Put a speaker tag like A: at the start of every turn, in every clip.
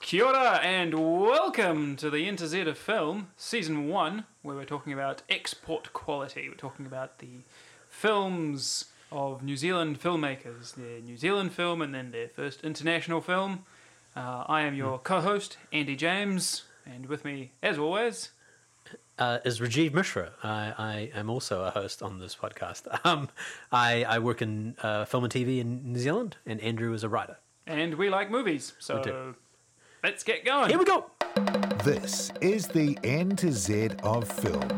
A: Kia ora and welcome to the InterZ of Film, Season 1, where we're talking about export quality. We're talking about the films of New Zealand filmmakers, their New Zealand film and then their first international film. Uh, I am
B: Hmm.
A: your co host, Andy James, and with me, as always,
B: uh, is Rajiv Mishra. I, I am also a host on this podcast. Um, I, I work in uh, film and TV in New Zealand, and Andrew is a writer.
A: and we like movies, so
B: do.
A: let's get going.
B: Here we go.
C: This is the N to Z of film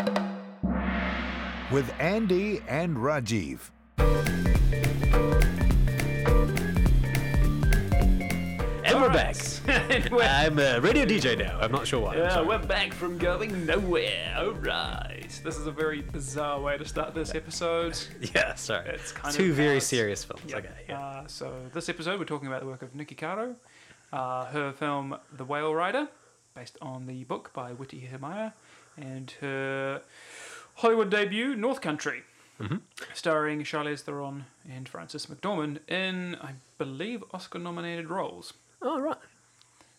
C: with Andy and Rajiv.
B: And
A: All
B: we're
A: right.
B: back.
A: And we're
B: I'm a radio DJ now. I'm not sure why. I'm
A: Yeah,
B: sorry.
A: we're back from going nowhere. All right. This is a very bizarre way to start this episode.
B: yeah, sorry.
A: It's kind
B: Two
A: of
B: very
A: ours.
B: serious films. Okay. Yeah.
A: Uh, so, this episode, we're talking about the work of Nikki Caro, uh, her film The Whale Rider, based on the book by Witty Himaya, and her Hollywood debut, North Country,
B: Mm-hmm.
A: starring Charlize Theron and Frances McDormand in, I believe, Oscar nominated roles.
B: All right.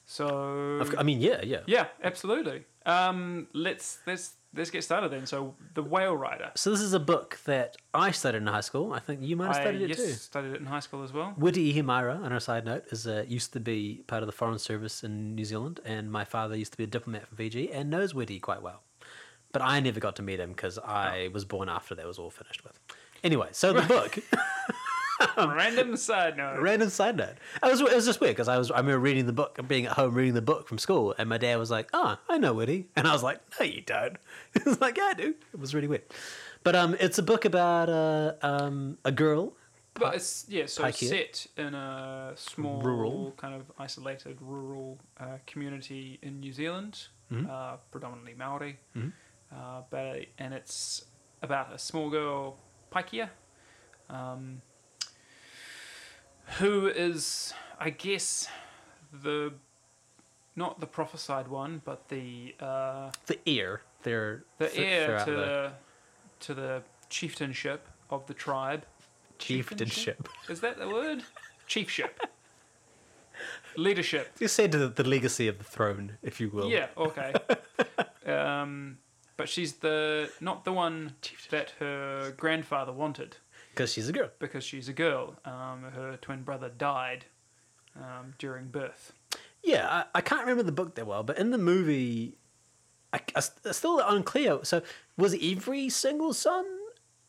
A: So,
B: I've got- I mean, yeah, yeah.
A: Yeah, absolutely. Um, let's let's let's get started then. So the Whale Rider.
B: So this is a book that I studied in high school. I think you might have studied
A: I
B: it
A: yes,
B: too.
A: studied it in high school as well.
B: Woody Ihimara, on a side note, is uh, used to be part of the Foreign Service in New Zealand, and my father used to be a diplomat from Fiji and knows Woody quite well. But I never got to meet him because I
A: Oh.
B: was born after that was all finished with. Anyway, so the book, Um,
A: Random side note.
B: random side note, I was, it was just weird because I was I remember reading the book, being at home reading the book from school, and my dad was like, "Ah, I know Woody," and I was like, "No, you don't." He was like, "Yeah, I do." It was really weird, but um, it's a book about uh, um, a girl
A: But it's yeah, so
B: Pike here.
A: set in a small,
B: Rural.
A: kind of isolated rural uh, community in New Zealand, uh, predominantly Maori. Uh, but and it's about a small girl, Paikia, um, who is, I guess, the not the prophesied one, but the uh,
B: the ear. They're
A: the
B: th-
A: heir
B: throughout
A: to
B: the-
A: the to the chieftainship of the tribe.
B: chieftainship.
A: Is that the word? Chiefship. Leadership.
B: You said the, the legacy of the throne, if you will.
A: Yeah, okay. Um, but she's the not the one that her grandfather wanted
B: Because she's a girl.
A: because she's a girl. Um, her twin brother died um, during birth.
B: Yeah, I, I can't remember the book that well, but in the movie, I, I s- it's still unclear. So, was every single son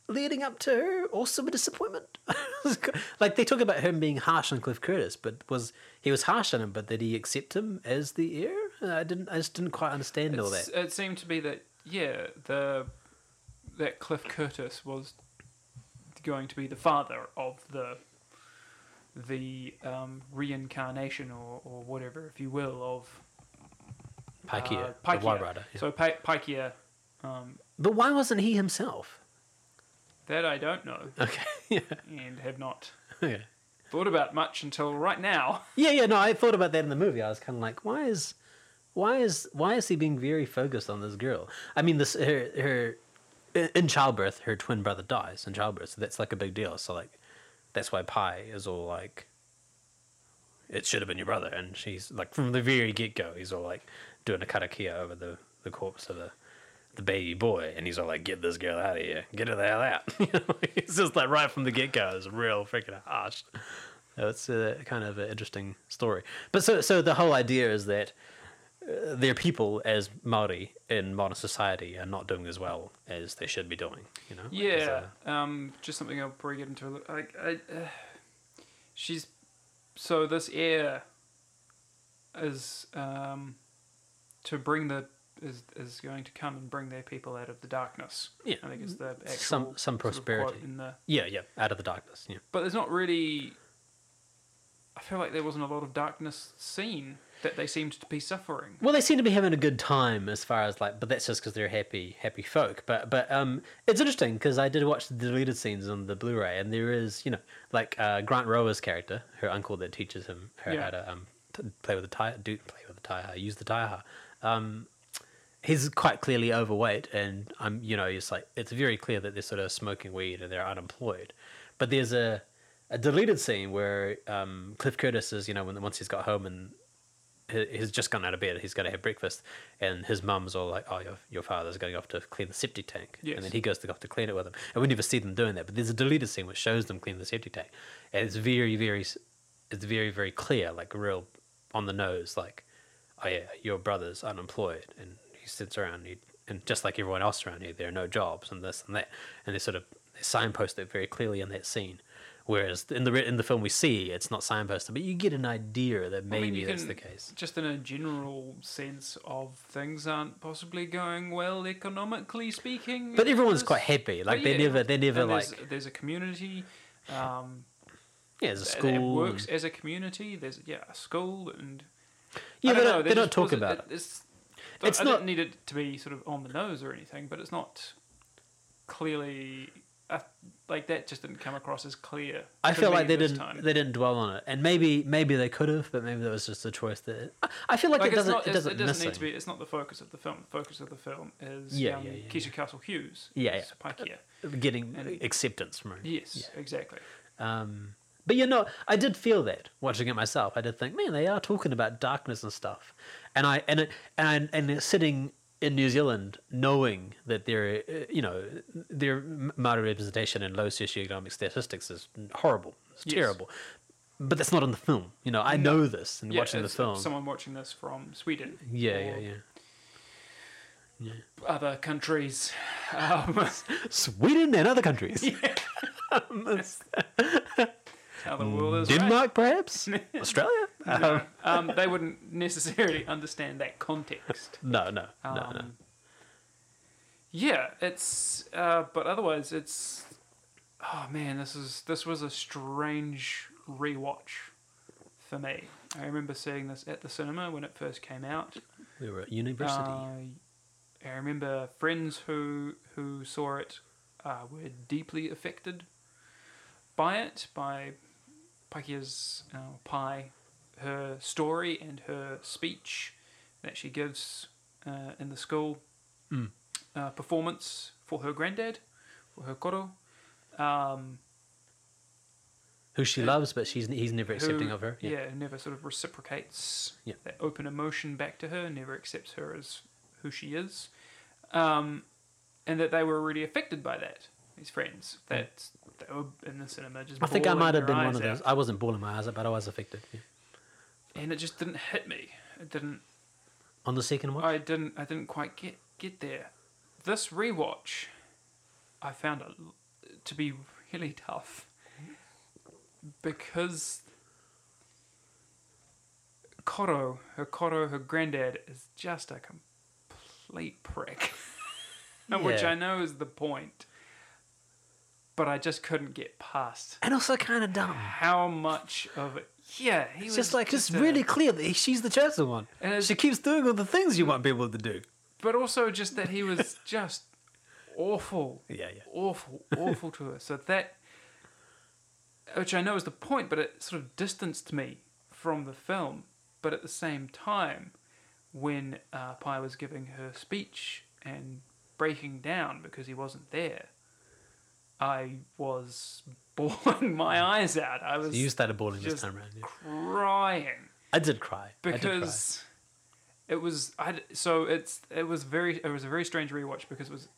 B: leading up to her also a disappointment? like, they talk about him being harsh on Cliff Curtis, but was he was harsh on him, but did he accept him as the heir? I didn't. I just didn't quite understand all that.
A: It's- It seemed to be that yeah, the that Cliff Curtis was going to be the father of the the um, reincarnation or, or whatever, if you will, of
B: Paikia,
A: Uh,
B: the White Rider. yeah.
A: So pa- Paikia, um,
B: but why wasn't he himself?
A: that I don't know
B: Okay. yeah.
A: and have not
B: Okay.
A: thought about much until right now.
B: Yeah, yeah, no, I thought about that in the movie. I was kind of like, why is, why is, why is he being very focused on this girl? I mean, this her her i- in childbirth, her twin brother dies in childbirth, so that's like a big deal. So like, that's why Pi is all like, it should have been your brother, and she's like from the very get go, he's all like doing a karakia over the the corpse of the. The baby boy, and he's all like, "Get this girl out of here! Get her the hell out!" You know, it's just like right from the get go. It's real freaking harsh. Uh, It's a kind of an interesting story. But so, so the whole idea is that uh, their people as Maori in modern society are not doing as well as they should be doing. You know? Like, there's
A: Yeah, um, just something I'll probably get into. a li- Like, I, uh, she's so this heir is um, to bring the is is going to come and bring their people out of the darkness.
B: Yeah.
A: I think it's the actual
B: Some- some
A: sort of quote
B: prosperity.
A: in the,
B: a- yeah, yeah. Out of the darkness. Yeah.
A: but there's not really. I feel like there wasn't a lot of darkness seen that they seemed to be suffering.
B: Well, they seem to be having a good time as far as like, but that's just because they're happy, happy folk. But but um, it's interesting because I did watch the deleted scenes on the Blu-ray, and there is you know like uh, Grant Rower's character, her uncle that teaches him her
A: Yeah.
B: how to um t- play with the tie, do play with the taiha, use the taiha. Um, he's quite clearly overweight, and I'm you know it's like it's very clear that they're sort of smoking weed and they're unemployed. But there's a a deleted scene where um, Cliff Curtis is you know when once he's got home and he- he's just gone out of bed. He's got to have breakfast, and his mum's all like, "Oh, your, your father's going off to clean the septic tank,"
A: Yes.
B: and then he goes to go off to clean it with him. And we never see them doing that, but there's a deleted scene which shows them clean the septic tank, and it's very, very, s- it's very, very clear, like real on the nose, like, "Oh yeah, your brother's unemployed," and he sits around, and, he, and just like everyone else around here, there are no jobs and this and that, and they sort of they signpost it very clearly in that scene. Whereas in the re- in the film we see, it's not signposted, but you get an idea that
A: I
B: maybe
A: mean, you
B: that's the
A: can-
B: case.
A: Just in a general sense of things aren't possibly going well economically speaking.
B: But everyone's
A: There's-
B: quite happy. Like
A: but
B: they
A: yeah.
B: never, they never
A: And
B: like
A: there's, there's a community. Um,
B: yeah, there's a
A: that-
B: school.
A: that works
B: and-
A: as a community. There's yeah, a school and
B: yeah,
A: I
B: they
A: don't
B: don't,
A: know,
B: they
A: there
B: don't
A: just
B: talk
A: wasn't-
B: about it.
A: It's,
B: It's
A: I
B: not-
A: didn't need it to be sort of on the nose or anything, but it's not clearly I, like that. Just didn't come across as clear.
B: I
A: to
B: feel
A: me
B: like they
A: this
B: didn't,
A: time.
B: they didn't dwell on it, and maybe, maybe they could have, but maybe that was just a choice that. I, I feel like,
A: like
B: it
A: it's
B: doesn't,
A: not,
B: it
A: it's-
B: doesn't,
A: it doesn't need to
B: missing.
A: be. It's not the focus of the film. The focus of the film is
B: Yeah,
A: um,
B: yeah, yeah,
A: Keisha Castle Hughes.
B: Yeah, yeah. Uh,
A: Pikeia.
B: getting
A: and-
B: acceptance from it.
A: Yes, exactly.
B: Um, but you know, I did feel that watching it myself. I did think, man, they are talking about darkness and stuff, and I and it, and I, and it's sitting in New Zealand, knowing that their uh, you know their Maori representation and low socioeconomic statistics is horrible, it's
A: Yes.
B: terrible. But that's not in the film. You know, I know this, and
A: Yeah,
B: watching the
A: it's
B: film,
A: Someone watching this from Sweden.
B: yeah,
A: or
B: yeah, yeah.
A: Other countries. Um,
B: Sweden and other countries,
A: how the world
B: Mm.
A: is. right.
B: Denmark, perhaps Australia. Um,
A: um, they wouldn't necessarily understand that context.
B: no, no, no,
A: Um,
B: no.
A: Yeah, it's. Uh, but otherwise, it's. Oh man, this is this was a strange rewatch for me. I remember seeing this at the cinema when it first came out.
B: We were at university.
A: Uh, I remember friends who who saw it uh, were deeply affected by it, by Pakia's uh, Pi, her story and her speech that she gives uh, in the school uh, performance for her granddad, for her koro. Um,
B: who she loves, but she's he's never accepting
A: who-
B: of her.
A: Yeah. never sort of reciprocates
B: Yeah.
A: that open emotion back to her, never accepts her as who she is. Um, and that they were really affected by that, these friends, that they were in the cinema just
B: Mm. I think I
A: bawling
B: might
A: their
B: have been one
A: eyes
B: of
A: out.
B: those. I wasn't bawling my eyes out, but I was affected. yeah.
A: And it just didn't hit me. It didn't,
B: On the second one,
A: I didn't, I didn't quite get, get there. This rewatch, I found it to be really tough because Koro, her Koro, her granddad is just a complete prick, which
B: Yeah.
A: I know is the point, but I just couldn't get past
B: and also kind of dumb.
A: how much of it. Yeah, he
B: It's
A: was
B: just like it's
A: a-
B: really clear that he- she's the chosen one.
A: And it's-
B: She keeps doing all the things you want people to do.
A: but also just that he was just awful.
B: Yeah, yeah.
A: Awful, awful to her. So that, which I know is the point, but it sort of distanced me from the film. But at the same time, when uh, Pi was giving her speech and breaking down because he wasn't there, I was bawling my eyes out. I was
B: You started bawling this
A: just
B: time around. Yeah.
A: crying
B: I did cry. I did cry.
A: because it was I d- so it's it was very it was a very strange rewatch because it was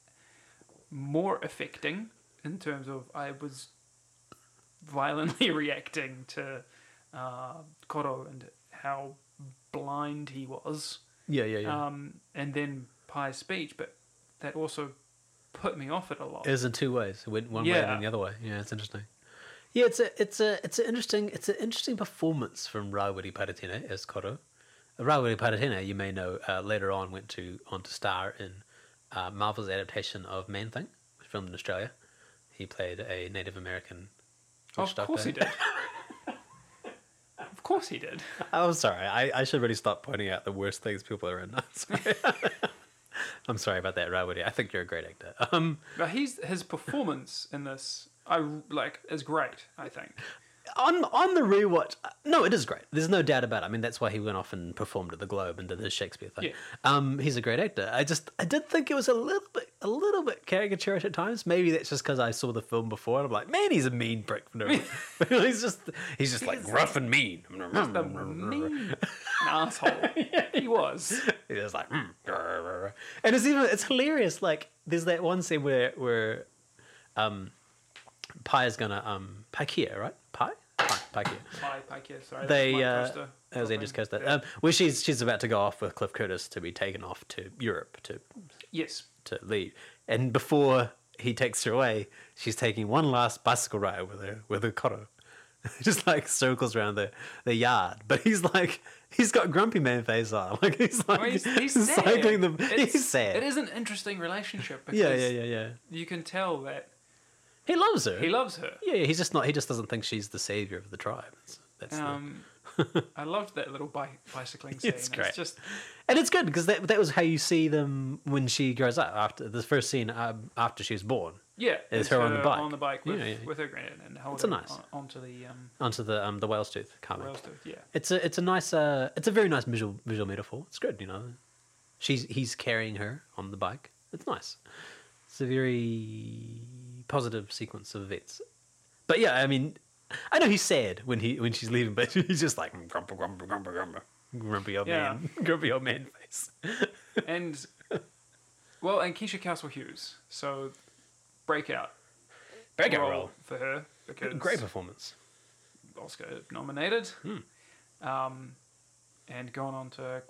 A: more affecting in terms of I was violently reacting to uh, Koro and how blind he was
B: Yeah, yeah, yeah.
A: um, and then Pi's speech but that also put me off it a lot
B: It was in two ways. It went one way and
A: Yeah.
B: then the other way. Yeah, it's interesting. Yeah, it's a it's a it's an interesting it's an interesting performance from Rawiri Paratene as Koro. Rawiri Paratene, you may know, uh, later on went to on to star in uh, Marvel's adaptation of Man Thing, which filmed in Australia. He played a Native American.
A: of
B: witch doctor.
A: course he did of course he did
B: I'm sorry. I, I should really stop pointing out the worst things people are in. I'm sorry, I'm sorry about that, Rawiri. I think you're a great actor. Um,
A: but he's his performance in this I like is great I think
B: on on the rewatch, uh, no, it is great. There's no doubt about it. I mean, that's why he went off and performed at the Globe and did his Shakespeare thing.
A: Yeah.
B: Um, he's a great actor. I just I did think it was a little bit a little bit caricaturish at times. Maybe that's just because I saw the film before and I'm like, man, he's a mean prick. No, he's just he's just like rough and mean.
A: The mean asshole. Mm-hmm. He was.
B: It's just like, "Mm, grr, grr, grr." and it's even it's hilarious. Like there's that one scene where where, um, Pi is gonna um Paikia right Pi Pi Paikia.
A: My, my kid, sorry. that's
B: They
A: my
B: uh,
A: coaster.
B: that was
A: Not
B: Andy's
A: mine.
B: coaster.
A: Yeah.
B: Um, where she's she's about to go off with Cliff Curtis to be taken off to Europe to
A: yes.
B: to leave, and before he takes her away, she's taking one last bicycle ride with her with her koro. Just like circles around the, the yard, but he's like he's got grumpy man face on. Like he's like
A: Well, he's, he's sad.
B: cycling the.
A: It's-
B: he's sad.
A: It is an interesting relationship because
B: Yeah, yeah, yeah, yeah.
A: you can tell that
B: He loves her.
A: he loves her.
B: yeah, yeah, he's just not. He just doesn't think she's the savior of the tribe. That's, that's the-
A: Um, I loved that little bi- bicycling scene.
B: It's great.
A: just
B: and it's good because that that was how you see them when she grows up. After the first scene um, after she was born,
A: yeah,
B: It's her on the bike.
A: on the bike with,
B: Yeah, yeah.
A: with her granddad and hold
B: It's a
A: it
B: nice-
A: on, onto the um,
B: onto the um the whale's tooth comment.
A: rails. To, yeah,
B: It's a it's a nice uh it's a very nice visual visual metaphor. It's good, you know. She's he's carrying her on the bike. It's nice. It's a very positive sequence of events. But yeah, I mean, I know he's sad when he when she's leaving, but he's just like grumble grumble grumble grumble grumpy old
A: Yeah.
B: man grumpy old man face.
A: and well, and Keisha Castle Hughes. So breakout
B: Breakout
A: role,
B: role.
A: for her because
B: Great performance.
A: Oscar nominated, um, and gone on to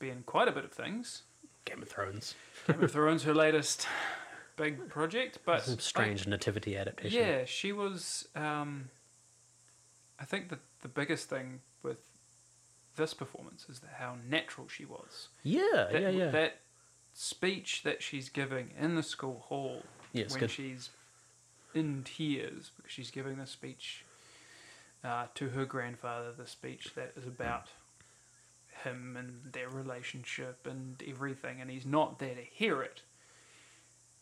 A: be in quite a bit of things.
B: Game of Thrones.
A: Game of Thrones, her latest big project, but
B: Some strange nativity adaptation.
A: Yeah, she was. Um, I think the the biggest thing with this performance is how natural she was.
B: Yeah,
A: That,
B: yeah, yeah.
A: That speech that she's giving in the school hall
B: Yeah, it's
A: when
B: good.
A: she's in tears because she's giving this speech uh, to her grandfather. The speech that is about him and their relationship and everything, and he's not there to hear it.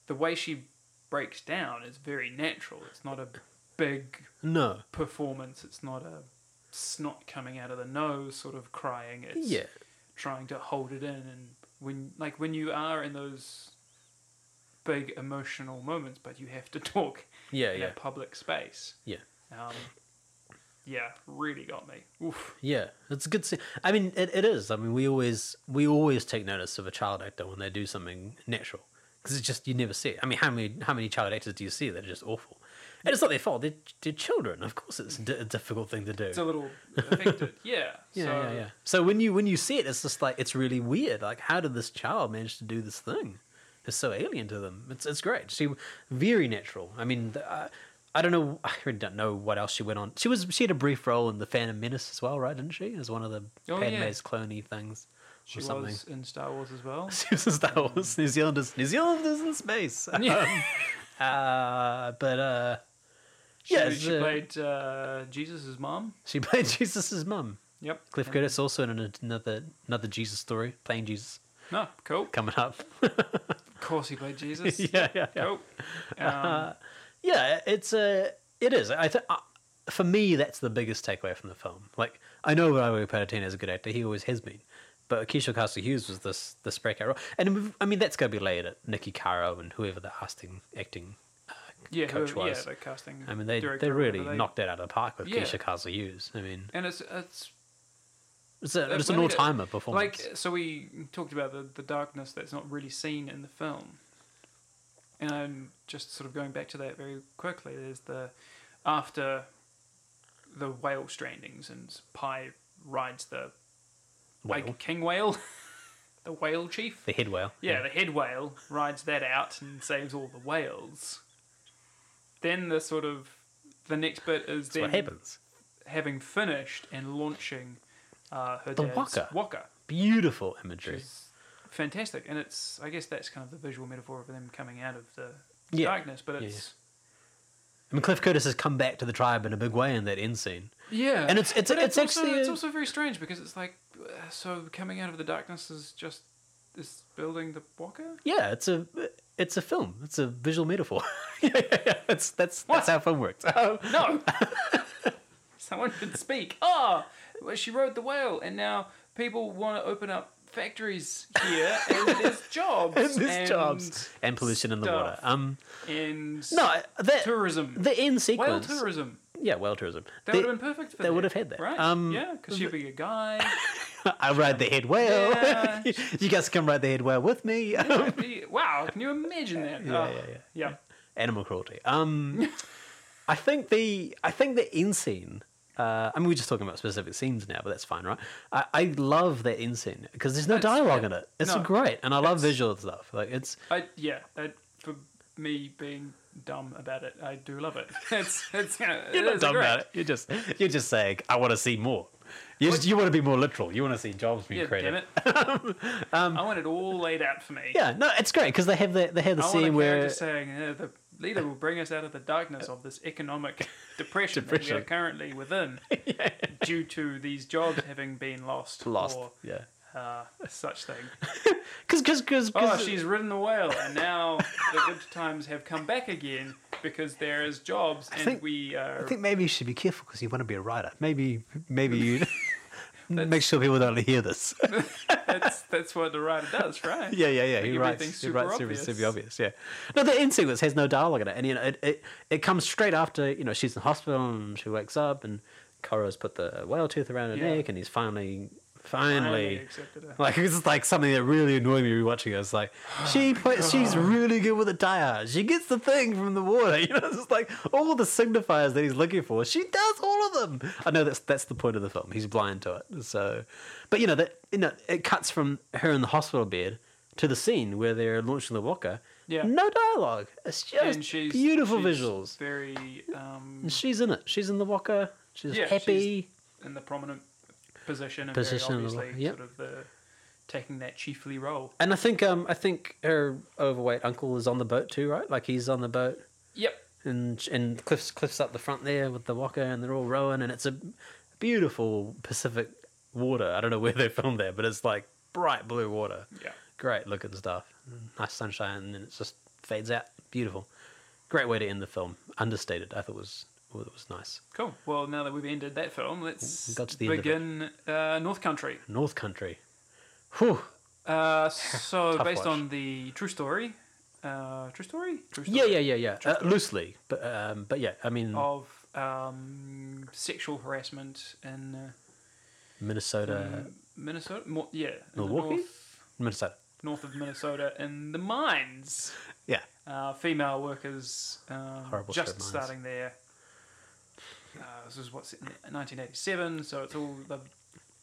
A: The way she breaks down is very natural. It's not a big
B: no.
A: performance. It's not a snot coming out of the nose sort of crying. It's
B: Yeah.
A: trying to hold it in and when like when you are in those big emotional moments but you have to talk
B: Yeah,
A: in
B: yeah.
A: a public space.
B: Yeah.
A: Um, yeah, really got me. Oof.
B: Yeah, it's a good. se- I mean, it, it is. I mean, we always we always take notice of a child actor when they do something natural because it's just you never see. It. I mean, how many how many child actors do you see that are just awful? And it's not their fault. They're, they're children. Of course, it's a di- a difficult thing to do.
A: It's a little affected. Yeah.
B: yeah,
A: so,
B: yeah, yeah. So when you when you see it, it's just like it's really weird. Like, how did this child manage to do this thing? It's so alien to them. It's it's great. She very natural. I mean, th- I, I don't know. I really don't know what else she went on. She was she had a brief role in the Phantom Menace as well, right? Didn't she? As one of the
A: Oh, yeah.
B: Padme's cloney things.
A: She
B: or something.
A: was in Star Wars as well.
B: She was in Star Wars. New Zealanders. New Zealanders in space.
A: Yeah.
B: Um, uh, but uh,
A: She,
B: yeah,
A: she
B: it's, uh,
A: played uh, Jesus' mom.
B: she played Jesus's mum.
A: Yep.
B: Cliff
A: And-
B: Curtis also in an- another another Jesus story, playing Jesus
A: No, cool.
B: coming up.
A: Of course he played Jesus.
B: yeah, yeah, yeah.
A: Cool. Um,
B: Yeah, it's uh, it is. I th- uh, for me, that's the biggest takeaway from the film. Like, I know Robert Palutena is a good actor; he always has been. But Keisha Castle Hughes was this this breakout role, and we've- I mean that's going to be laid at Nikki Caro and whoever the casting acting.
A: yeah,
B: coach
A: whoever- yeah,
B: was.
A: the casting.
B: I mean they
A: director
B: they
A: or whatever
B: really
A: they-
B: knocked it out of the park with
A: Yeah.
B: Keisha Castle Hughes. I mean,
A: And it's it's
B: it's, a, it's an all
A: Like,
B: timer performance.
A: Like so, we talked about the the darkness that's not really seen in the film, and I'm just sort of going back to that very quickly. There's the after the whale strandings and Pi rides the
B: Whale.
A: like king whale, the whale chief.
B: the head whale.
A: Yeah, the head whale rides that out and saves all the whales. Then the sort of the next bit is
B: that's what
A: then
B: happens.
A: having finished and launching uh, her
B: The
A: dad's
B: waka.
A: waka
B: Beautiful imagery.
A: is fantastic, and it's I guess that's kind of the visual metaphor of them coming out of the
B: Yeah.
A: darkness. But
B: yeah.
A: it's
B: I mean, Cliff Curtis has come back to the tribe in a big way in that end scene.
A: yeah,
B: And it's- it's-
A: But
B: it's
A: also,
B: actually
A: it's
B: a-
A: also very strange because it's like uh, so coming out of the darkness is just is building the walker.
B: Yeah, it's a it's a film. It's a
A: Oh,
B: visual metaphor. yeah, yeah, yeah. That's that's that's how film works. Um,
A: No, Someone could speak. Ah, well, she rode the whale, and now people want to open up factories here, and there's jobs,
B: and there's jobs and pollution in the water.
A: stuff.
B: Um,
A: and
B: no, I- that
A: tourism,
B: the end sequence.
A: whale tourism.
B: Yeah, whale tourism.
A: That
B: The-
A: would have been perfect for
B: they
A: that.
B: would have had that.
A: right?
B: Um,
A: yeah, because she'd be a guy.
B: I ride the head whale.
A: Yeah.
B: you guys come ride the head whale with me.
A: That'd be- wow, can you imagine that?
B: Yeah,
A: Oh,
B: yeah, yeah.
A: yeah.
B: Animal cruelty. Um, I think the I think the end scene. Uh, I mean, we're just talking about specific scenes now, but that's fine, right? I, I love that end scene because there's no
A: That's-
B: dialogue
A: yeah.
B: in it. It's
A: No.
B: great, and I love
A: It's-
B: visual stuff. Like it's
A: I yeah, that for me being dumb about it, I do love it. It's it's you know,
B: You're
A: it
B: not
A: is
B: dumb
A: great.
B: about it. You're just you're just saying I want to see more. You, just- you want to be more literal. You want to see jobs being
A: Yeah,
B: created.
A: damn it. I want it all laid out for me.
B: Um, Yeah, no, it's great because they have the they have the
A: I want a
B: scene where
A: character saying "Uh, the leader will bring us out of the darkness of this economic depression, that we
B: Depression.
A: are currently within, due to these jobs having been lost,
B: lost.
A: or
B: Yeah,
A: uh, such thing.
B: because because because
A: Oh, she's ridden the whale, and now the good times have come back again because there is jobs, and
B: think-
A: we
B: I
A: are
B: think maybe you should be careful because you want to be a writer. Maybe maybe you make sure people don't hear this.
A: that's that's what the writer does, right?
B: yeah, yeah, yeah.
A: Make
B: He
A: everything
B: writes he
A: super
B: writes super,
A: obvious.
B: super obvious. Yeah. No, the end sequence has no dialogue in it, and you know it, it it comes straight after you know she's in hospital and she wakes up and Koro's put the whale tooth around her
A: Yeah.
B: neck and he's finally
A: I
B: finally.
A: accepted it.
B: Like it's like something that really annoyed me rewatching. it. It's like she plays, she's really good with a diet. She gets the thing from the water. You know, it's just like all the signifiers that he's looking for. She does all of them. I know that's that's the point of the film. He's blind to it. So, but you know that you know it cuts from her in the hospital bed to the scene where they're launching the walker.
A: Yeah.
B: No dialogue. It's just
A: and she's
B: beautiful
A: she's
B: visuals.
A: Very um,
B: And she's in it. She's in the walker. She's
A: Yeah,
B: happy.
A: in the prominent position and
B: Position
A: very
B: of the-
A: obviously
B: yep.
A: sort of the taking that chiefly role.
B: And I think um I think her overweight uncle is on the boat too, right? Like he's on the boat.
A: Yep.
B: and and cliffs cliffs up the front there with the walker and they're all rowing and it's a beautiful pacific water i don't know where they filmed that but it's like bright blue water
A: Yeah.
B: great looking stuff nice sunshine and then it just fades out beautiful great way to end the film understated i thought was it was nice
A: Cool. Well, now that we've ended that film, let's
B: Got to the end of it.
A: begin uh, North Country.
B: north country Whew.
A: Uh, so
B: Tough
A: based
B: watch.
A: on the true story, uh, true story, true story
B: yeah yeah yeah yeah uh, loosely but um but yeah i mean
A: of um, sexual harassment in uh,
B: minnesota
A: Minnesota. Mo- yeah, in the
B: Milwaukee?
A: north,
B: minnesota
A: north of Minnesota, in the mines.
B: yeah
A: uh, female workers um,
B: Horrible
A: just
B: strip mines.
A: starting there. Uh, this is what's in 1987, so it's all they've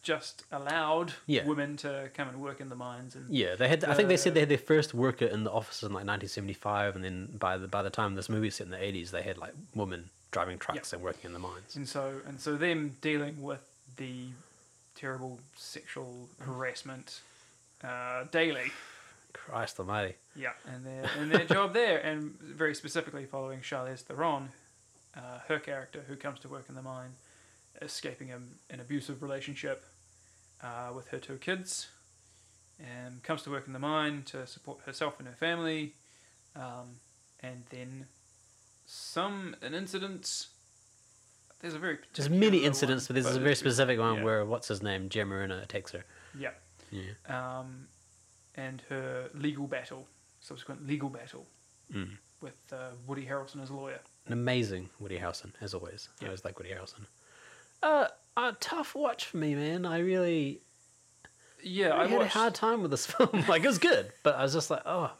A: just allowed
B: Yeah.
A: women to come and work in the mines, and
B: Yeah, they had. I think they said
A: The-
B: they had their first worker in the office in like 1975, and then by the by the time this movie set in the 80s, they had like women driving trucks and working in the mines.
A: and so and so them dealing with the terrible sexual harassment uh, daily.
B: Christ Almighty!
A: Yeah, and their and their job there, and very specifically following Charlize Theron, uh, her character who comes to work in the mine, escaping a, an abusive relationship uh, with her two kids, and comes to work in the mine to support herself and her family, um, and then some an incident. There's a very
B: There's
A: particular
B: many
A: one,
B: incidents, but there's a
A: it's
B: very specific one
A: yeah.
B: where what's his name, Jim Marina, takes her.
A: yeah
B: Yeah,
A: um, and her legal battle, subsequent legal battle
B: Mm.
A: with uh, Woody Harrelson as a lawyer.
B: an amazing Woody Harrelson as always. I
A: Yeah.
B: always like Woody Harrelson. Uh, a tough watch for me, man. I really,
A: Yeah,
B: I
A: I
B: had
A: watched.
B: a hard time with this film. like it was good, but I was just like, oh,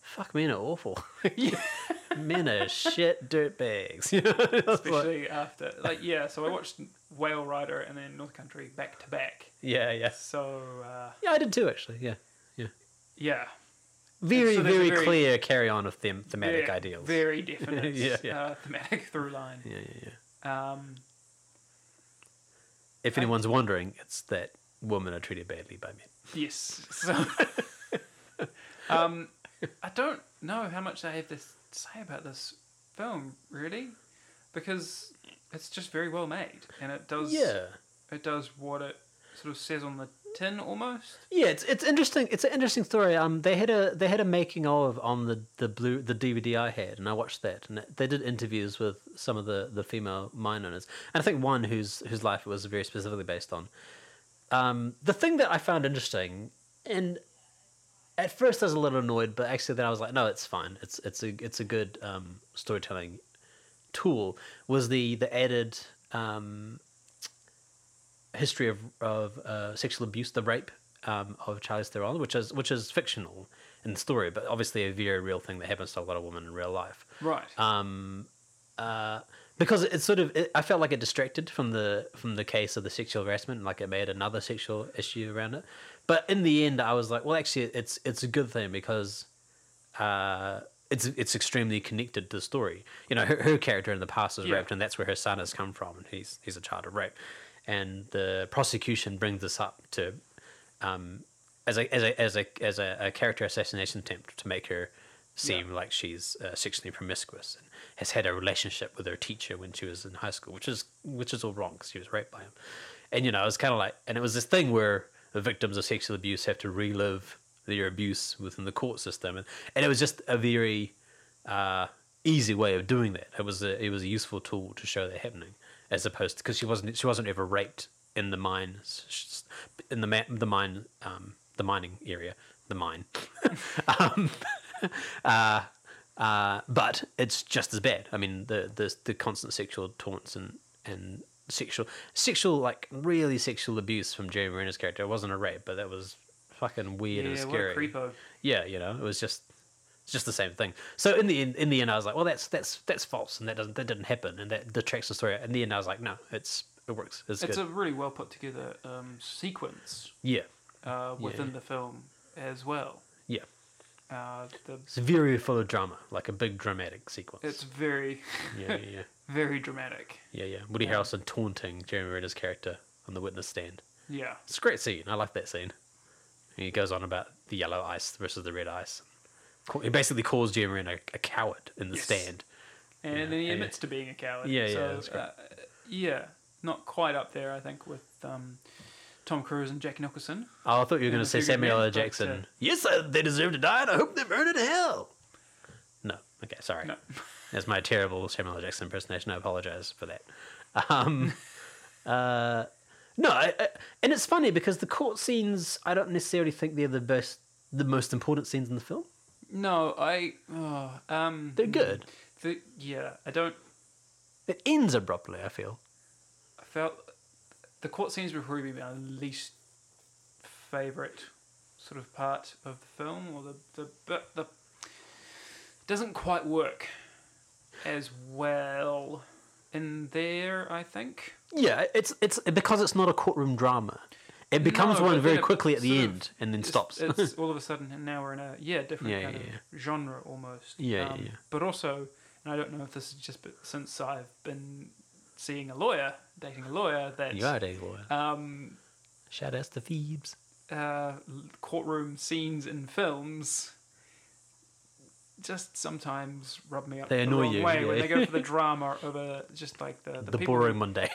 B: fuck, men are awful. men are shit dirtbags. You know, I was like-
A: Especially after, like, yeah. So I watched Whale Rider and then North Country back to back.
B: Yeah, yeah.
A: So uh,
B: Yeah, I did too, actually. Yeah. Yeah.
A: yeah,
B: Very,
A: so there's a
B: very,
A: very-
B: clear carry on of them thematic
A: very-
B: ideals.
A: very definite,
B: Yeah, yeah.
A: Uh, thematic through line.
B: Yeah, yeah, yeah.
A: Um,
B: If anyone's wondering, it's that women are treated badly by men.
A: yes. So, um, I don't know how much I have to say about this film really, because it's just very well made and it does
B: Yeah.
A: it does what it sort of says on the ten almost.
B: Yeah, it's it's interesting. It's an interesting story. Um, they had a they had a making of on the the blue the DVD I had, and I watched that. And they did interviews with some of the the female mine owners, and I think one whose whose life it was very specifically based on. Um, the thing that I found interesting, and at first I was a little annoyed, but actually then I was like, no, it's fine. It's it's a it's a good um, storytelling tool. Was the the added um, history of of uh, sexual abuse, the rape um, of Charlize Theron, which is which is fictional in the story, but obviously a very real thing that happens to a lot of women in real life.
A: Right.
B: Um, uh, because it sort of, it, I felt like it distracted from the from the case of the sexual harassment, like it made another sexual issue around it. But in the end, I was like, well, actually, it's it's a good thing because uh, it's it's extremely connected to the story. You know, her, her character in the past is
A: Yeah.
B: raped, and that's where her son has come from, and he's he's a child of rape. And the prosecution brings this up to um, as a as a as a as a, a character assassination attempt to make her seem like she's uh, sexually promiscuous and has had a relationship with her teacher when she was in high school, which is which is all wrong because she was raped by him. And you know, it was kind of like, and it was this thing where the victims of sexual abuse have to relive their abuse within the court system, and, and it was just a very uh, easy way of doing that. It was a, it was a useful tool to show that happening, as opposed because she wasn't she wasn't ever raped in the mine s- s- in the ma- the mine um, the mining area the mine. um, uh, uh, but it's just as bad. I mean, the the, the constant sexual taunts and and sexual sexual like really sexual abuse from Jerry Marina's character. It wasn't a rape, but that was fucking weird and
A: yeah, what
B: scary
A: a creepo.
B: yeah, you know, it was just it's just the same thing. So in the end, in the end, I was like, well, that's that's that's false, and that doesn't that didn't happen, and that detracts the story. In the end, I was like, no, it's it works, it's,
A: It's
B: good.
A: a really well put together um, sequence
B: yeah,
A: uh, within the film as well.
B: yeah,
A: Uh, the,
B: it's very full of drama, like a big dramatic sequence.
A: it's very,
B: yeah, yeah, yeah,
A: very dramatic.
B: yeah, yeah. Woody Harrelson taunting Jeremy Renner's character on the witness stand.
A: Yeah.
B: It's a great scene. I like that scene. He goes on about the yellow ice versus the red ice. He basically calls Jeremy Renner a coward in the
A: Yes.
B: stand.
A: And
B: Yeah,
A: then he
B: and
A: admits to being a coward.
B: Yeah, yeah,
A: so,
B: that's great.
A: Uh, yeah, not quite up there, I think, with um, Tom Cruise and Jack Nicholson.
B: Oh, I thought you were
A: the
B: going to say
A: figure
B: Samuel
A: man,
B: L.
A: but, uh,
B: Jackson. Yes, uh, they deserve to die, and I hope they burn in hell. No. Okay, sorry.
A: No.
B: That's my terrible Samuel L. Jackson impersonation. I apologize for that. Um, uh, no, I, I, and it's funny because the court scenes, I don't necessarily think they're the best, the most important scenes in the film.
A: No, I. Oh, um,
B: They're good.
A: The, yeah, I don't.
B: It ends abruptly, I feel.
A: I felt the court scenes would probably be my least favorite sort of part of the film, or the the but the doesn't quite work as well in there. I think.
B: Yeah, it's it's because it's not a courtroom drama. It becomes
A: No,
B: one
A: but
B: very
A: then it
B: quickly at the
A: sort of
B: end and then
A: It's-
B: stops.
A: It's all of a sudden, and now we're in a yeah different
B: Yeah,
A: kind
B: yeah,
A: of genre almost. Um,
B: Yeah, yeah, yeah.
A: But also, and I don't know if this is just but since I've been seeing a lawyer, dating a lawyer, that
B: you are a lawyer.
A: um,
B: Shout outs to Thebes.
A: uh, courtroom scenes in films just sometimes rub me up
B: They
A: the
B: annoy
A: wrong
B: you,
A: way when
B: yeah.
A: they go for the drama over just like the
B: The,
A: people,
B: boring mundane.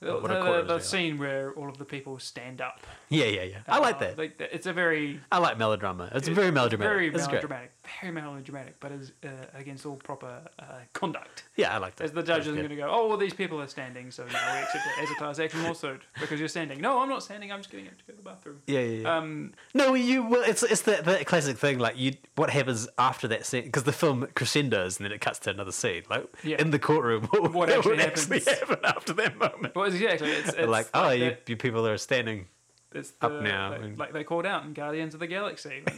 A: the,
B: what a
A: the-
B: courtroom's
A: the
B: like.
A: scene where all of the people stand up.
B: Yeah, yeah, yeah. I
A: Uh,
B: like that.
A: Like it's a very
B: I like melodrama. It's very melodramatic.
A: Very
B: It's great.
A: melodramatic. Very melodramatic, but is uh, against all proper uh, conduct.
B: Yeah, I like that.
A: As the judge
B: That's
A: isn't
B: good.
A: going to go, oh, well, these people are standing, so now we accept it as a class action lawsuit because you're standing. No, I'm not standing. I'm just getting up to go to the bathroom.
B: Yeah, yeah, yeah.
A: Um,
B: no, you. Well, it's it's that, that classic thing. Like you, what happens after that scene? Because the film crescendos and then it cuts to another scene. Like
A: Yeah.
B: in the courtroom, what, what
A: actually
B: would actually
A: happens?
B: happen after that moment?
A: well, exactly. It's, it's
B: like, oh, you,
A: that-
B: you people are standing.
A: it's
B: up
A: the-
B: now
A: Like,
B: and-
A: like they called out in Guardians of the Galaxy.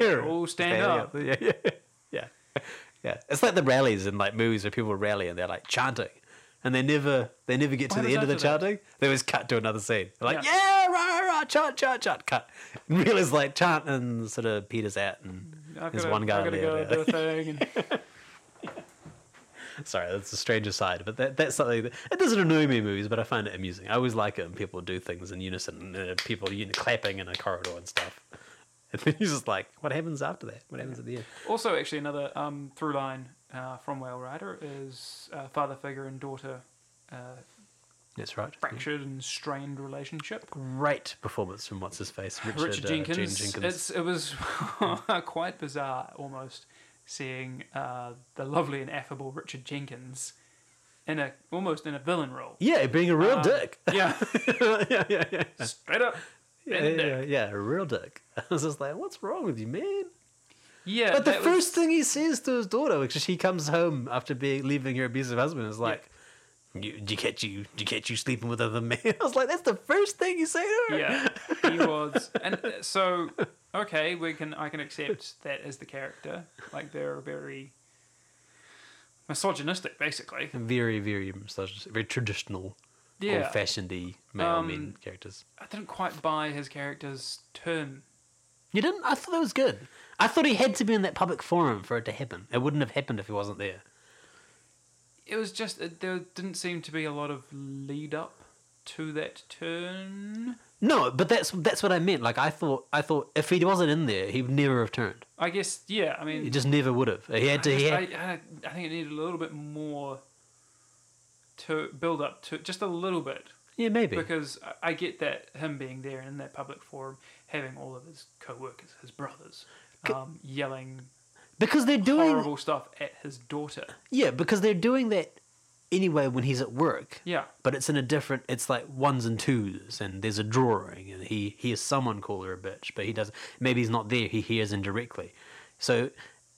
B: here.
A: all stand
B: Standing
A: up.
B: Yeah, yeah, yeah, yeah. It's like the rallies in like movies where people rally and they're like chanting, and they never they never get to
A: What
B: the end of the
A: happens after
B: chanting. They always cut to another scene. They're like,
A: Yeah.
B: yeah, rah, rah, chant, chant, chant, cut. And real is like chant and sort of peters out, and
A: I've
B: there's
A: gotta-
B: one guy
A: I've
B: on
A: gotta
B: the
A: go do
B: other.
A: a thing. And,
B: Sorry, that's the stranger side, but that, that's something that it doesn't annoy me in movies, but I find it amusing. I always like it when people do things in unison, and uh, people you know, clapping in a corridor and stuff. And then he's just like, what happens after that? What happens at the end?
A: also, actually, another um, through line uh, from Whale Rider is uh, father figure and daughter uh,
B: That's right.
A: fractured and strained relationship.
B: Great performance from what's his face, Richard,
A: Richard
B: uh,
A: Jenkins.
B: Gene Jenkins.
A: It's, it was quite bizarre, almost, seeing uh, the lovely and affable Richard Jenkins in a almost in a villain role.
B: yeah, being a real
A: Um,
B: dick.
A: Yeah,
B: yeah, yeah, yeah, yeah,
A: straight up.
B: yeah,
A: and a
B: yeah, yeah, a real dick. I was just like, what's wrong with you, man?
A: Yeah,
B: But the
A: that was-
B: first thing he says to his daughter, which is she comes home after being leaving her abusive husband, is like, you, "Did you catch you? Did you catch you sleeping with other men?" I was like, "That's the first thing you say to her."
A: yeah, he was, and uh, so okay, we can I can accept that as the character. Like they're very misogynistic, basically.
B: Very, very misogynistic, very traditional,
A: Yeah,
B: old-fashionedy male
A: Um,
B: men characters.
A: I didn't quite buy his character's turn.
B: You didn't? I thought that was good. I thought he had to be in that public forum for it to happen. It wouldn't have happened if he wasn't there.
A: It was just it, there didn't seem to be a lot of lead up to that turn.
B: No, but that's that's what I meant. Like I thought, I thought if he wasn't in there, he would never have turned.
A: I guess yeah. I mean,
B: He just never would have. He had to.
A: I,
B: He
A: just-
B: had,
A: I, I, I think it needed a little bit more to build up to just a little bit
B: yeah, maybe.
A: because I- I get that him being there in that public forum, having all of his co-workers, his brothers, um, yelling
B: Because they're doing
A: horrible stuff at his daughter.
B: Yeah, because they're doing that anyway when he's at work.
A: Yeah,
B: But it's in a different. It's like ones and twos, and there's a drawing, and he hears someone call her a bitch, but he doesn't. Maybe he's not there. He hears indirectly. So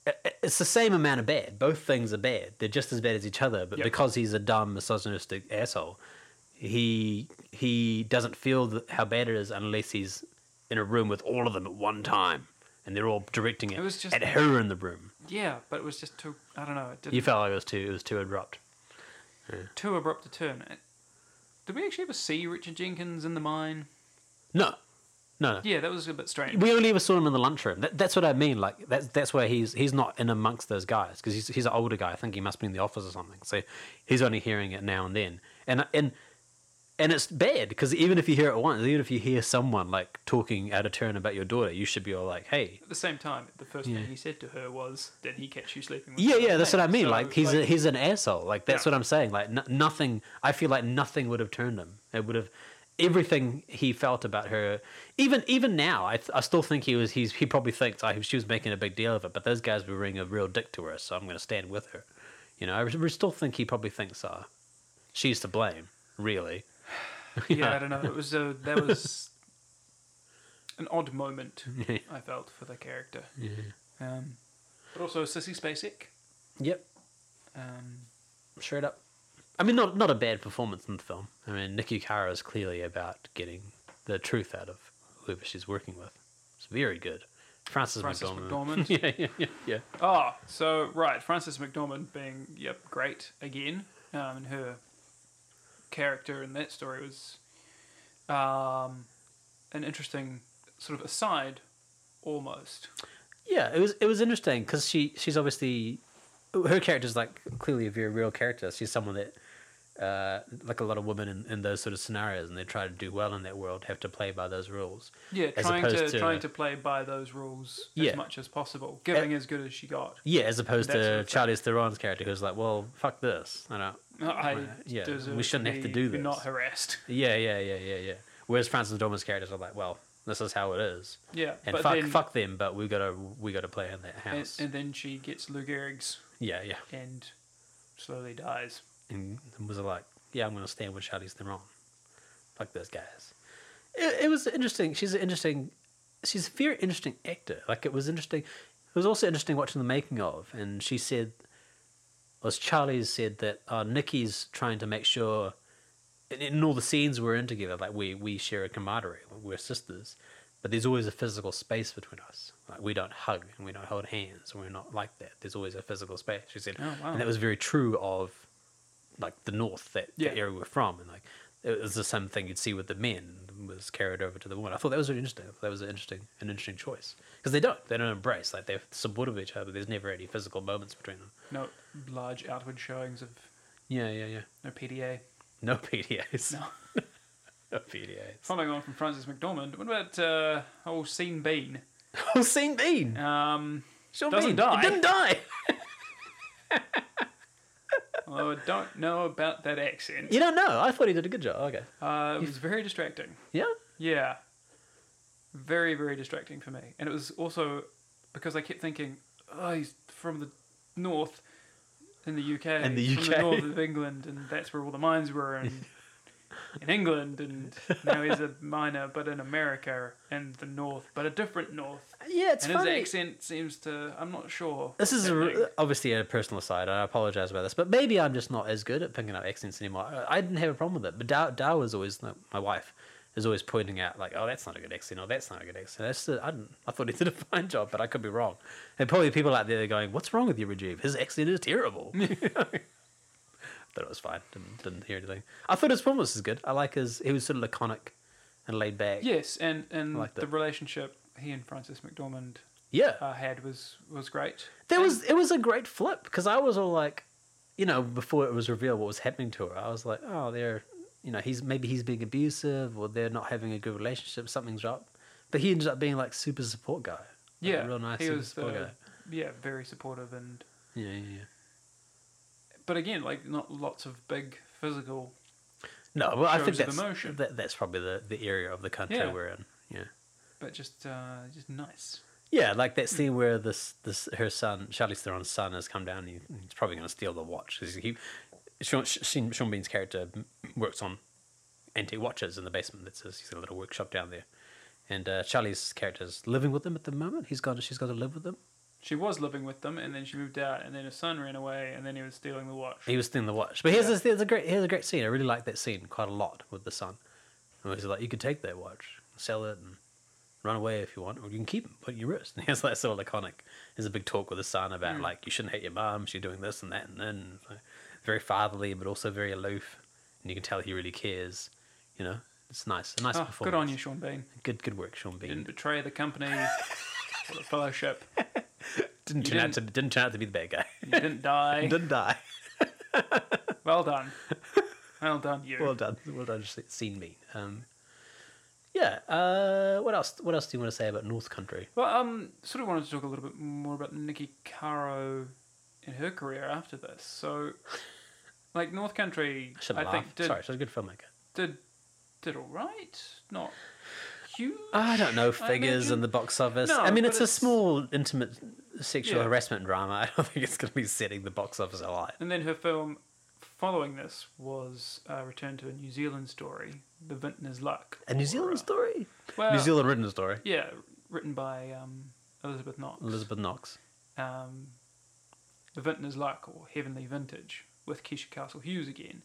B: i- i- it's the same amount of bad. Both things are bad. They're just as bad as each other. But
A: Yep.
B: because he's a dumb misogynistic asshole, he he doesn't feel th how bad it is unless he's in a room with all of them at one time, and they're all directing it,
A: It was just-
B: at her in the room.
A: yeah, but it was just too. I don't know. It didn't,
B: You felt like it was too it was too abrupt.
A: too abrupt a turn. It- did we actually ever see Richard Jenkins in the mine?
B: No, no, no.
A: Yeah, that was a bit strange.
B: We only ever saw him in the lunchroom. That, that's what I mean. Like that's that's where he's he's not in amongst those guys because he's he's an older guy. I think he must be in the office or something. So he's only hearing it now and then. And and and it's bad because even if you hear it once, even if you hear someone like talking out of turn about your daughter, you should be all like, "Hey,
A: At the same time, the first
B: Yeah.
A: thing he said to her was, "Did he catch you sleeping?" with
B: yeah,
A: another
B: yeah." That's what I
A: man?"
B: mean.
A: So,
B: like he's a, he's an asshole. Like that's
A: Yeah.
B: what I'm saying. Like no, nothing. I feel like nothing would have turned him. It would have everything he felt about her. Even even now, I, th- I still think he was. He's he probably thinks I, she was making a big deal of it. But those guys were being a real dick to her, so I'm going to stand with her. You know, I re- still think he probably thinks uh, she's to blame. Really,
A: yeah, I don't know. It was a that was an odd moment
B: Yeah.
A: I felt for the character. Um, but also Sissy Spacek.
B: yep,
A: Um,
B: straight up. I mean, not not a bad performance in the film. I mean, Nikki Kara is clearly about getting the truth out of whoever she's working with. It's very good. Francis,
A: Frances
B: McDormand.
A: McDormand.
B: yeah, yeah, yeah, yeah.
A: oh, so right, Frances McDormand being yep great again, um, and her character in that story was um, an interesting sort of aside, almost.
B: Yeah, it was it was interesting because she she's obviously her character's like clearly a very real character. She's someone that uh, like a lot of women in, in those sort of scenarios, and they try to do well in that world, have to play by those rules.
A: Yeah,
B: As
A: trying to,
B: opposed to-
A: trying to play by those rules
B: Yeah.
A: as much as possible, giving as good as she got.
B: Yeah, as opposed
A: That sort
B: to
A: of thing.
B: Charlize Theron's character, who's like, "Well, fuck this, I don't."
A: Uh, I
B: yeah,
A: deserve
B: we shouldn't have to
A: be
B: do this.
A: Not harassed.
B: Yeah, yeah, yeah, yeah, yeah. Whereas Francis Dorman's characters are like, well, this is how it is,
A: Yeah,
B: and
A: but
B: fuck,
A: then,
B: fuck them, but we gotta, we gotta play in that
A: And,
B: house.
A: and then she gets Lou Gehrig's
B: yeah, yeah.
A: and slowly dies.
B: And was like, yeah, I'm gonna stand with Charlize Theron. Fuck those guys. It, it was interesting. She's an interesting. She's a very interesting actor. Like it was interesting. It was also interesting watching the making of, and she said, was Charlie's said that uh, Nikki's trying to make sure in, in all the scenes we're in together, like we we share a camaraderie, we're sisters, but there's always a physical space between us. Like we don't hug and we don't hold hands, and we're not like that. There's always a physical space. She said,
A: Oh, wow.
B: and that was very true of like the North, that
A: Yeah.
B: the area we're from, and like it was the same thing you'd see with the men was carried over to the women. I thought that was really interesting. I thought that was an interesting, an interesting choice because they don't, they don't embrace. Like they're supportive of each other. There's never any physical moments between them.
A: No large outward showings of
B: Yeah, yeah, yeah.
A: no PDA.
B: No PDAs.
A: No.
B: no PDAs.
A: Following on from Frances McDormand, what about uh, old Scene Bean?
B: Oh, Sean Bean.
A: Um,
B: Sean
A: Doesn't
B: Bean.
A: die.
B: It didn't die.
A: I don't know about that accent.
B: You don't know. I thought he did a good job. Okay.
A: Uh, it was very distracting.
B: Yeah.
A: Yeah. Very, very distracting for me. And it was also because I kept thinking, oh, he's from the north in the UK.
B: In the
A: From
B: UK.
A: the north of England, and that's where all the mines were and in England, and now he's a miner, but in America and the north, but a different north.
B: Yeah, it's
A: and
B: funny.
A: his accent seems to, I'm not sure.
B: This is
A: that
B: a,
A: thing.
B: r- uh, obviously a personal aside. and I apologize about this, but maybe I'm just not as good at picking up accents anymore. I- I didn't have a problem with it, but Dow, Dow was always like, my wife is always pointing out like, "Oh, that's not a good accent," or "That's not a good accent." That's the, I didn't. I thought he did a fine job, but I could be wrong. And probably people out there are going, "What's wrong with you, Rajiv? His accent is terrible." I thought it was fine. Didn't, didn't hear anything. I thought his performance was good. I like his. He was sort of laconic and laid back.
A: Yes, and, and
B: I like
A: the
B: that.
A: relationship he and Francis McDormand
B: yeah.
A: uh, had was, was great.
B: There was it was a great flip because I was all like, you know, before it was revealed what was happening to her, I was like, oh, they're, you know, he's maybe he's being abusive or they're not having a good relationship, something's up. But he ended up being like super support guy, Like,
A: Yeah,
B: a real nice
A: he
B: super
A: was
B: support
A: the-
B: guy.
A: Yeah, very supportive and
B: Yeah, yeah, yeah.
A: but again, like not lots of big physical.
B: No, well, I
A: Shows
B: think
A: of
B: that's
A: emotion.
B: that, that's probably the the area of the country
A: Yeah.
B: we're in. Yeah.
A: But just, uh, just nice.
B: Yeah, like that scene where this this her son, Charlize Theron's son, has come down. And he, he's probably going to steal the watch 'cause he, Sean, Sean, Sean Bean's character m- works on antique watches in the basement. That's his, he's got a little workshop down there, and uh, Charlie's character's living with them at the moment. He's gone. She's got to live with them.
A: She was living with them, and then she moved out, and then her son ran away, and then he was stealing the watch.
B: He was stealing the watch, but here's
A: Yeah.
B: this, here's a great here's a great scene. I really like that scene quite a lot with the son. And he's like, you could take that watch, sell it, and run away if you want, or you can keep it, put it in your wrist. And he has like sort of iconic. There's a big talk with his son
A: Mm.
B: about like you shouldn't hate your mom. She's doing this and that and then It's, like, very fatherly, but also very aloof, and you can tell he really cares. You know, it's nice, a nice
A: Oh,
B: performance.
A: good on you, Sean Bean.
B: Good, good work, Sean Bean.
A: Didn't
B: Didn't,
A: betray the company or the fellowship. you
B: turn out to
A: didn't-
B: didn't turn out to be the bad guy.
A: You didn't die.
B: didn't die.
A: Well done. Well done, you.
B: well done, well done, s- seen me. Um, yeah. Uh, what else? What else do you want to say about North Country?
A: Well, um, sort of wanted to talk a little bit more about Nikki Caro and her career after this. So, like North Country,
B: I should
A: I
B: laugh.
A: think did
B: Sorry, she's a good filmmaker.
A: did did all right. Not huge.
B: I don't know
A: I
B: figures in
A: imagine.
B: the box office.
A: No,
B: I mean,
A: but
B: it's a
A: it's-
B: small, intimate sexual
A: Yeah.
B: harassment drama. I don't think it's going to be setting the box office alight.
A: And then her film following this was uh, Return to a New Zealand Story, The Vintner's Luck.
B: A New
A: or,
B: Zealand
A: uh,
B: story.
A: Well,
B: New Zealand written story.
A: Yeah, written by um, Elizabeth Knox.
B: Elizabeth Knox.
A: um, The Vintner's Luck or Heavenly Vintage with Keisha Castle Hughes again,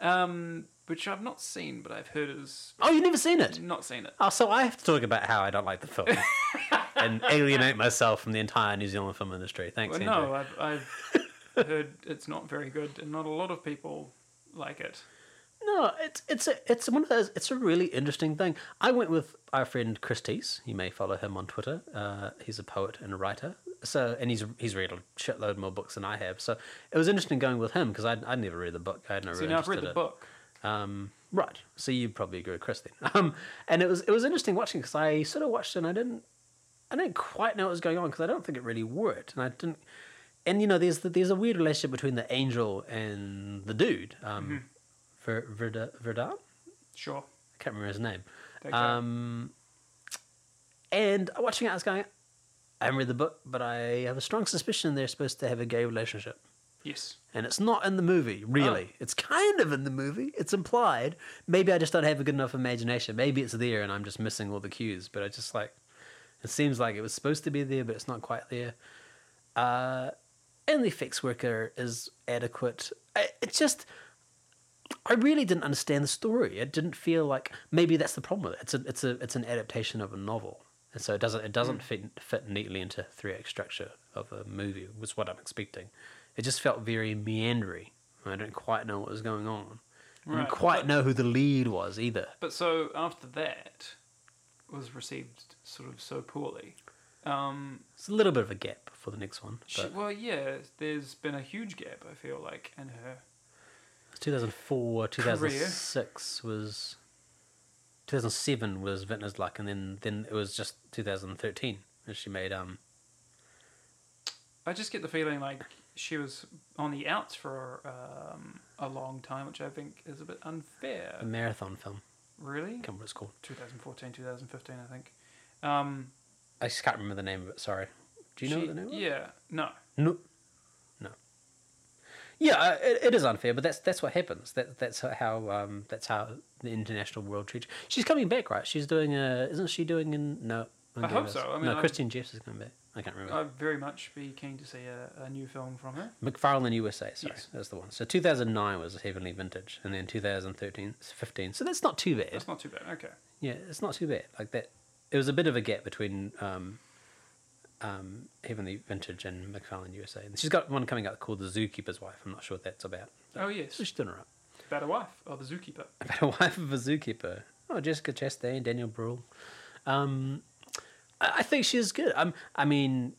A: um, which I've not seen, but I've heard is
B: Oh, you've never seen it?
A: not seen it.
B: Oh, so I have to talk about how I don't like the film and alienate myself from the entire New Zealand film industry. Thanks,
A: Well,
B: Andrew.
A: no, I've, I've heard it's not very good, and not a lot of people like it.
B: No, it's it's a, it's one of those. It's a really interesting thing. I went with our friend Chris Teese. You may follow him on Twitter. Uh, he's a poet and a writer. So and he's he's read a shitload more books than I have. So it was interesting going with him because I I never read the book. I had no.
A: So
B: real
A: now I've
B: interest
A: read
B: in
A: the
B: it.
A: book.
B: Um, right. So you probably agree with Chris then. Um, and it was it was interesting watching because I sort of watched it and I didn't I didn't quite know what was going on because I don't think it really worked and I didn't. And you know, there's the, there's a weird relationship between the angel and the dude, um, Ver, Verda, Verda?
A: Sure.
B: I can't remember his name.
A: Okay.
B: Um, and watching it, I was going, I haven't read the book, but I have a strong suspicion they're supposed to have a gay relationship.
A: Yes.
B: And it's not in the movie, really. It's kind of in the movie. It's implied. Maybe I just don't have a good enough imagination. Maybe it's there and I'm just missing all the cues. But I just like, it seems like it was supposed to be there, but it's not quite there. Uh, and the effects worker is adequate. I, it's just, I really didn't understand the story. It didn't feel like maybe that's the problem with it. It's a, it's a, it's an adaptation of a novel, and so it doesn't it
A: Hmm.
B: doesn't fit fit neatly into three act structure of a movie. Was what I'm expecting. It just felt very meandering. I didn't quite know what was going on. I
A: Right,
B: didn't quite
A: but-
B: know who the lead was either.
A: But so after that was received sort of so poorly. Um,
B: It's a little bit of a gap for the next one.
A: she,
B: But
A: well, yeah, there's been a huge gap, I feel like, in her
B: 2004, 2006 was. 2007 was Vintner's Luck, and then, then it was just 2013. And she made um
A: I just get the feeling like she was on the outs for um, a long time, which I think is a bit
B: A
A: unfair.
B: marathon film.
A: Really?
B: I can't remember what it's called.
A: 2014, 2015, I think. Um,
B: I just can't remember the name of it. Sorry. Do you know
A: she-
B: what the name? was?
A: Yeah. No.
B: No. No. Yeah, uh, it, it is unfair, but that's that's what happens. That that's how um that's how the international world treats. She's coming back, right? She's doing a isn't she doing in no? I'm
A: I
B: doing
A: hope
B: this.
A: so. I mean,
B: no,
A: I'm-
B: Christian Jeffs is coming back. I can't remember.
A: I'd very much be keen to see a, a new film from her.
B: McFarlane USA, sorry,
A: Yes.
B: that's the one. So 2009 was Heavenly Vintage, and then 2013, 15. So that's not too bad.
A: That's not too bad. Okay.
B: Yeah, it's not too bad. Like that, it was a bit of a gap between um, um, Heavenly Vintage and McFarlane USA. And she's got one coming up called The Zookeeper's Wife. I'm not sure what that's about.
A: Oh,
B: So
A: yes.
B: she's doing alright.
A: About a wife of a zookeeper.
B: About a wife of a zookeeper. Oh, Jessica Chastain, Daniel Bruhl. Um, I I think she's good. Um, I mean,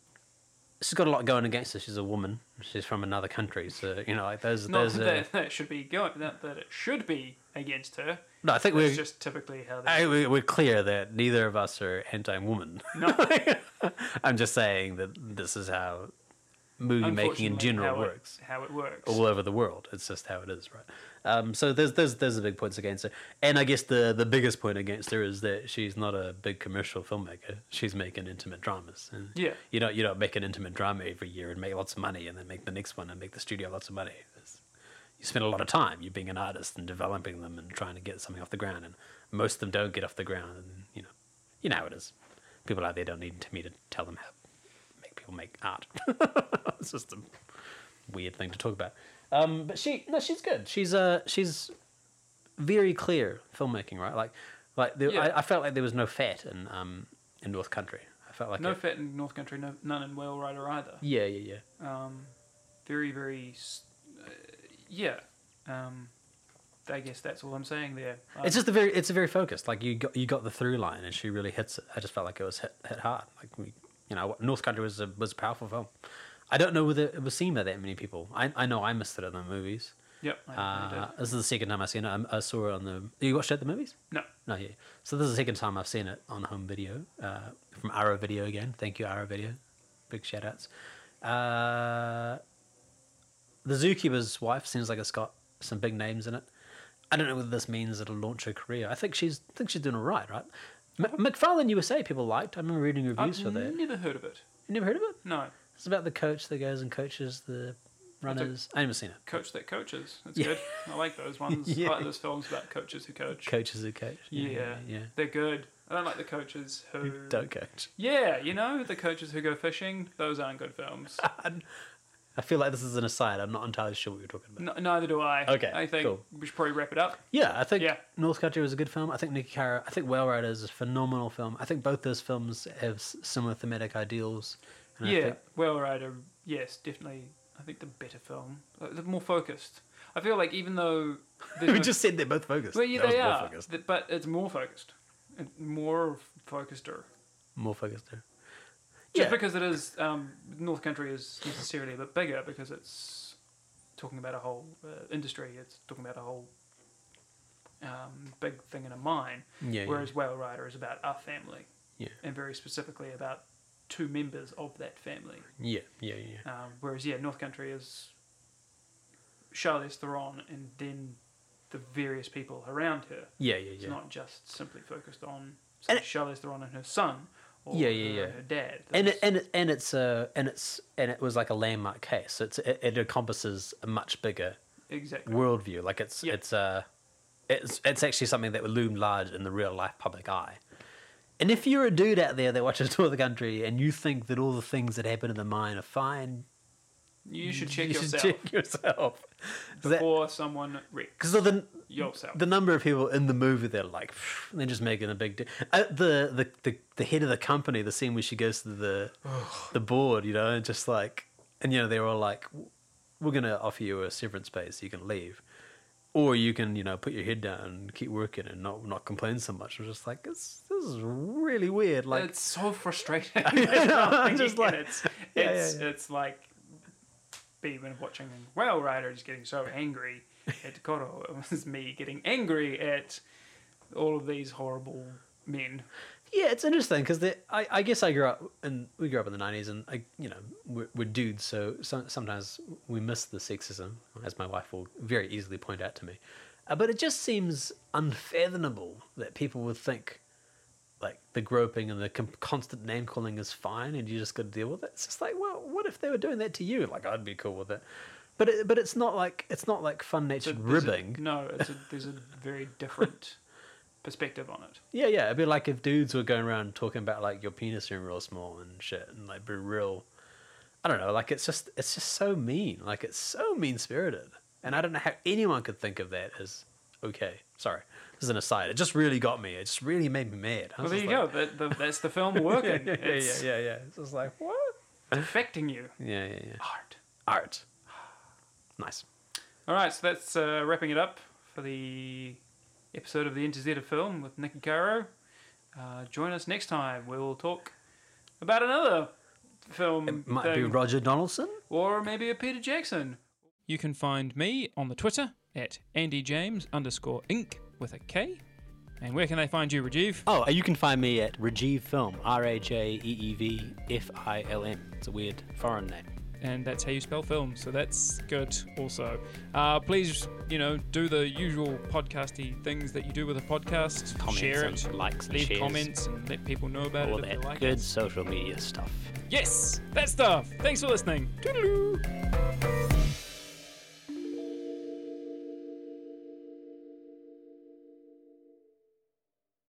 B: she's got a lot going against her. She's a woman. She's from another country, so you know, like those.
A: Not
B: those
A: that,
B: uh,
A: that it should be going, that, that it should be against her.
B: no, I think
A: That's
B: we're
A: just typically how they.
B: I, we- we're clear that neither of us are anti-woman.
A: No.
B: I'm just saying that this is how movie making in
A: unfortunately,
B: general
A: how it-
B: works
A: how it works.
B: all over the world. It's just how it is, right? Um, so there's there's there's a big points against her, and I guess the the biggest point against her is that she's not a big commercial filmmaker. She's making intimate dramas, and
A: Yeah.
B: you don't you don't make an intimate drama every year and make lots of money, and then make the next one and make the studio lots of money. It's- you spend a lot of time you being an artist and developing them and trying to get something off the ground, and most of them don't get off the ground, and you know, you know how it is. People out there don't need me to tell them how to make people make art. it's just a weird thing to talk about. Um, but she no, she's good. She's uh she's very clear filmmaking, right? Like like there,
A: Yeah.
B: I, I felt like there was no fat in um in North Country. I felt like
A: no
B: it-
A: fat in North Country, no, none in Whale Rider either.
B: Yeah, yeah, yeah.
A: Um, very, very. s- Uh, yeah. Um, I guess that's all I'm saying there. Um,
B: it's just a very it's a very focused. Like you got you got the through line, and she really hits it. I just felt like it was hit, hit hard. Like we, you know, North Country was a was a powerful film. I don't know whether it was seen by that many people. I I know I missed it in the movies.
A: Yep. I, I
B: Uh,
A: did.
B: this is the second time I've seen it. I, I saw it on the. You watched it at the movies?
A: No.
B: No, yeah. So this is the second time I've seen it on home video uh, from Arrow Video again. Thank you, Arrow Video. Big shout outs. Uh, the Zookeeper's wife seems like it's got some big names in it. I don't know whether this means it'll launch her career. I think she's I think she's doing all right, right? M- McFarlane USA people liked. I remember reading reviews
A: I've
B: for that. You
A: never heard of it.
B: never heard of it?
A: No.
B: It's about the coach that goes and coaches the runners. I haven't seen it.
A: Coach that coaches. That's
B: Yeah.
A: good. I like those ones.
B: Yeah.
A: I like those films about coaches who coach.
B: Coaches who coach.
A: yeah.
B: yeah.
A: They're good. I don't like the coaches who.
B: Don't coach.
A: Yeah, you know, the coaches who go fishing, those aren't good films.
B: I feel like this is an aside. I'm not entirely sure what you're talking about.
A: N- neither do I.
B: Okay,
A: I think
B: cool.
A: we should probably wrap it up.
B: Yeah, I think
A: Yeah.
B: North Country was a good film. I think Nikki Cara, I think Whale Rider is a phenomenal film. I think both those films have s- similar thematic ideals. And I
A: yeah,
B: think-
A: Whale Rider, yes, definitely. I think the better film, Uh, the more focused. I feel like even though there's
B: we
A: no-
B: just said they're both focused.
A: well, yeah,
B: That was
A: they
B: more
A: are,
B: focused.
A: th- but it's more focused, It's more focuseder.
B: More focused there.
A: Just
B: Yeah.
A: because it is um, North Country is necessarily a bit bigger because it's talking about a whole uh, industry. It's talking about a whole um, big thing in a mine.
B: Yeah, yeah.
A: Whereas Whale Rider is about a family
B: Yeah.
A: and very specifically about two members of that family.
B: Yeah, yeah, yeah. yeah.
A: Um, whereas yeah, North Country is Charlize Theron and then the various people around her.
B: Yeah, yeah,
A: It's
B: yeah.
A: not just simply focused on say,
B: And it-
A: Charlize Theron and her son or
B: Yeah, yeah,
A: her
B: yeah.
A: and her dad.
B: and
A: That's-
B: it, and it, and it's uh and it's and it was like a landmark case. So it's it, it encompasses a much bigger
A: exactly.
B: worldview. Like it's
A: Yeah.
B: it's uh it's it's actually something that would loom large in the real life public eye. And if you're a dude out there that watches Tour of the Country and you think that all the things that happen in the mine are fine,
A: You should check
B: you
A: yourself
B: should check yourself. Because
A: before someone wrecks
B: the
A: yourself.
B: the number of people in the movie that are like "Pfft," they're just making a big deal. Uh, the, the the the head of the company, the scene where she goes to the the board, you know, and just like and you know they're all like, we're gonna offer you a severance pay so you can leave, or you can you know put your head down and keep working and not not complain so much. I'm just like this this is really weird. Like
A: it's so frustrating.
B: I'm just like-
A: it's,
B: yeah, yeah,
A: it's,
B: yeah.
A: it's like even watching Whale Rider just getting so angry at Koro. It was me getting angry at all of these horrible men.
B: Yeah, it's interesting because I, I guess I grew up and we grew up in the nineties, and I, you know, we're, we're dudes, so, so sometimes we miss the sexism, as my wife will very easily point out to me. Uh, but it just seems unfathomable that people would think like the groping and the com- constant name calling is fine, and you just got to deal with it. It's just like, well, what if they were doing that to you? Like, I'd be cool with it. But it, but it's not like it's not like fun
A: So
B: natured
A: there's a-
B: ribbing.
A: no, it's a, there's a very different perspective on it.
B: Yeah, yeah. It'd be like if dudes were going around talking about like your penis being real small and shit, and like be real. I don't know. Like it's just it's just so mean. Like it's so mean spirited, and I don't know how anyone could think of that as okay. Sorry, this is an aside. It just really got me. It just really made me mad. I
A: Well,
B: was
A: there
B: just
A: you
B: like,
A: go. That, the, that's the film working.
B: Yeah, yeah, yeah,
A: it's
B: yeah, yeah. It's just like what?
A: affecting you.
B: Yeah, yeah, yeah.
A: Art.
B: Art. Nice.
A: All right, so that's uh, wrapping it up for the episode of the NTZ of Film with Nicky Caro. Uh, join us next time. We will talk about another film.
B: It might be
A: thing.
B: Roger Donaldson.
A: or maybe a Peter Jackson. You can find me on the Twitter at Andy James underscore Inc with a K. And where can they find you, Rajiv?
B: Oh, you can find me at Rajiv Film. R A J E E V F I L M. It's a weird foreign name.
A: And that's how you spell film, so that's good also. Uh, please, you know, do the usual podcasty things that you do with a podcast.
D: Comments
A: Share
D: and
A: it,
D: likes and
A: leave
D: shares.
A: comments, and let people know about
D: all
A: it if they
D: that
A: like
D: good
A: it.
D: social media stuff.
A: Yes, that stuff. Thanks for listening. Toodaloo.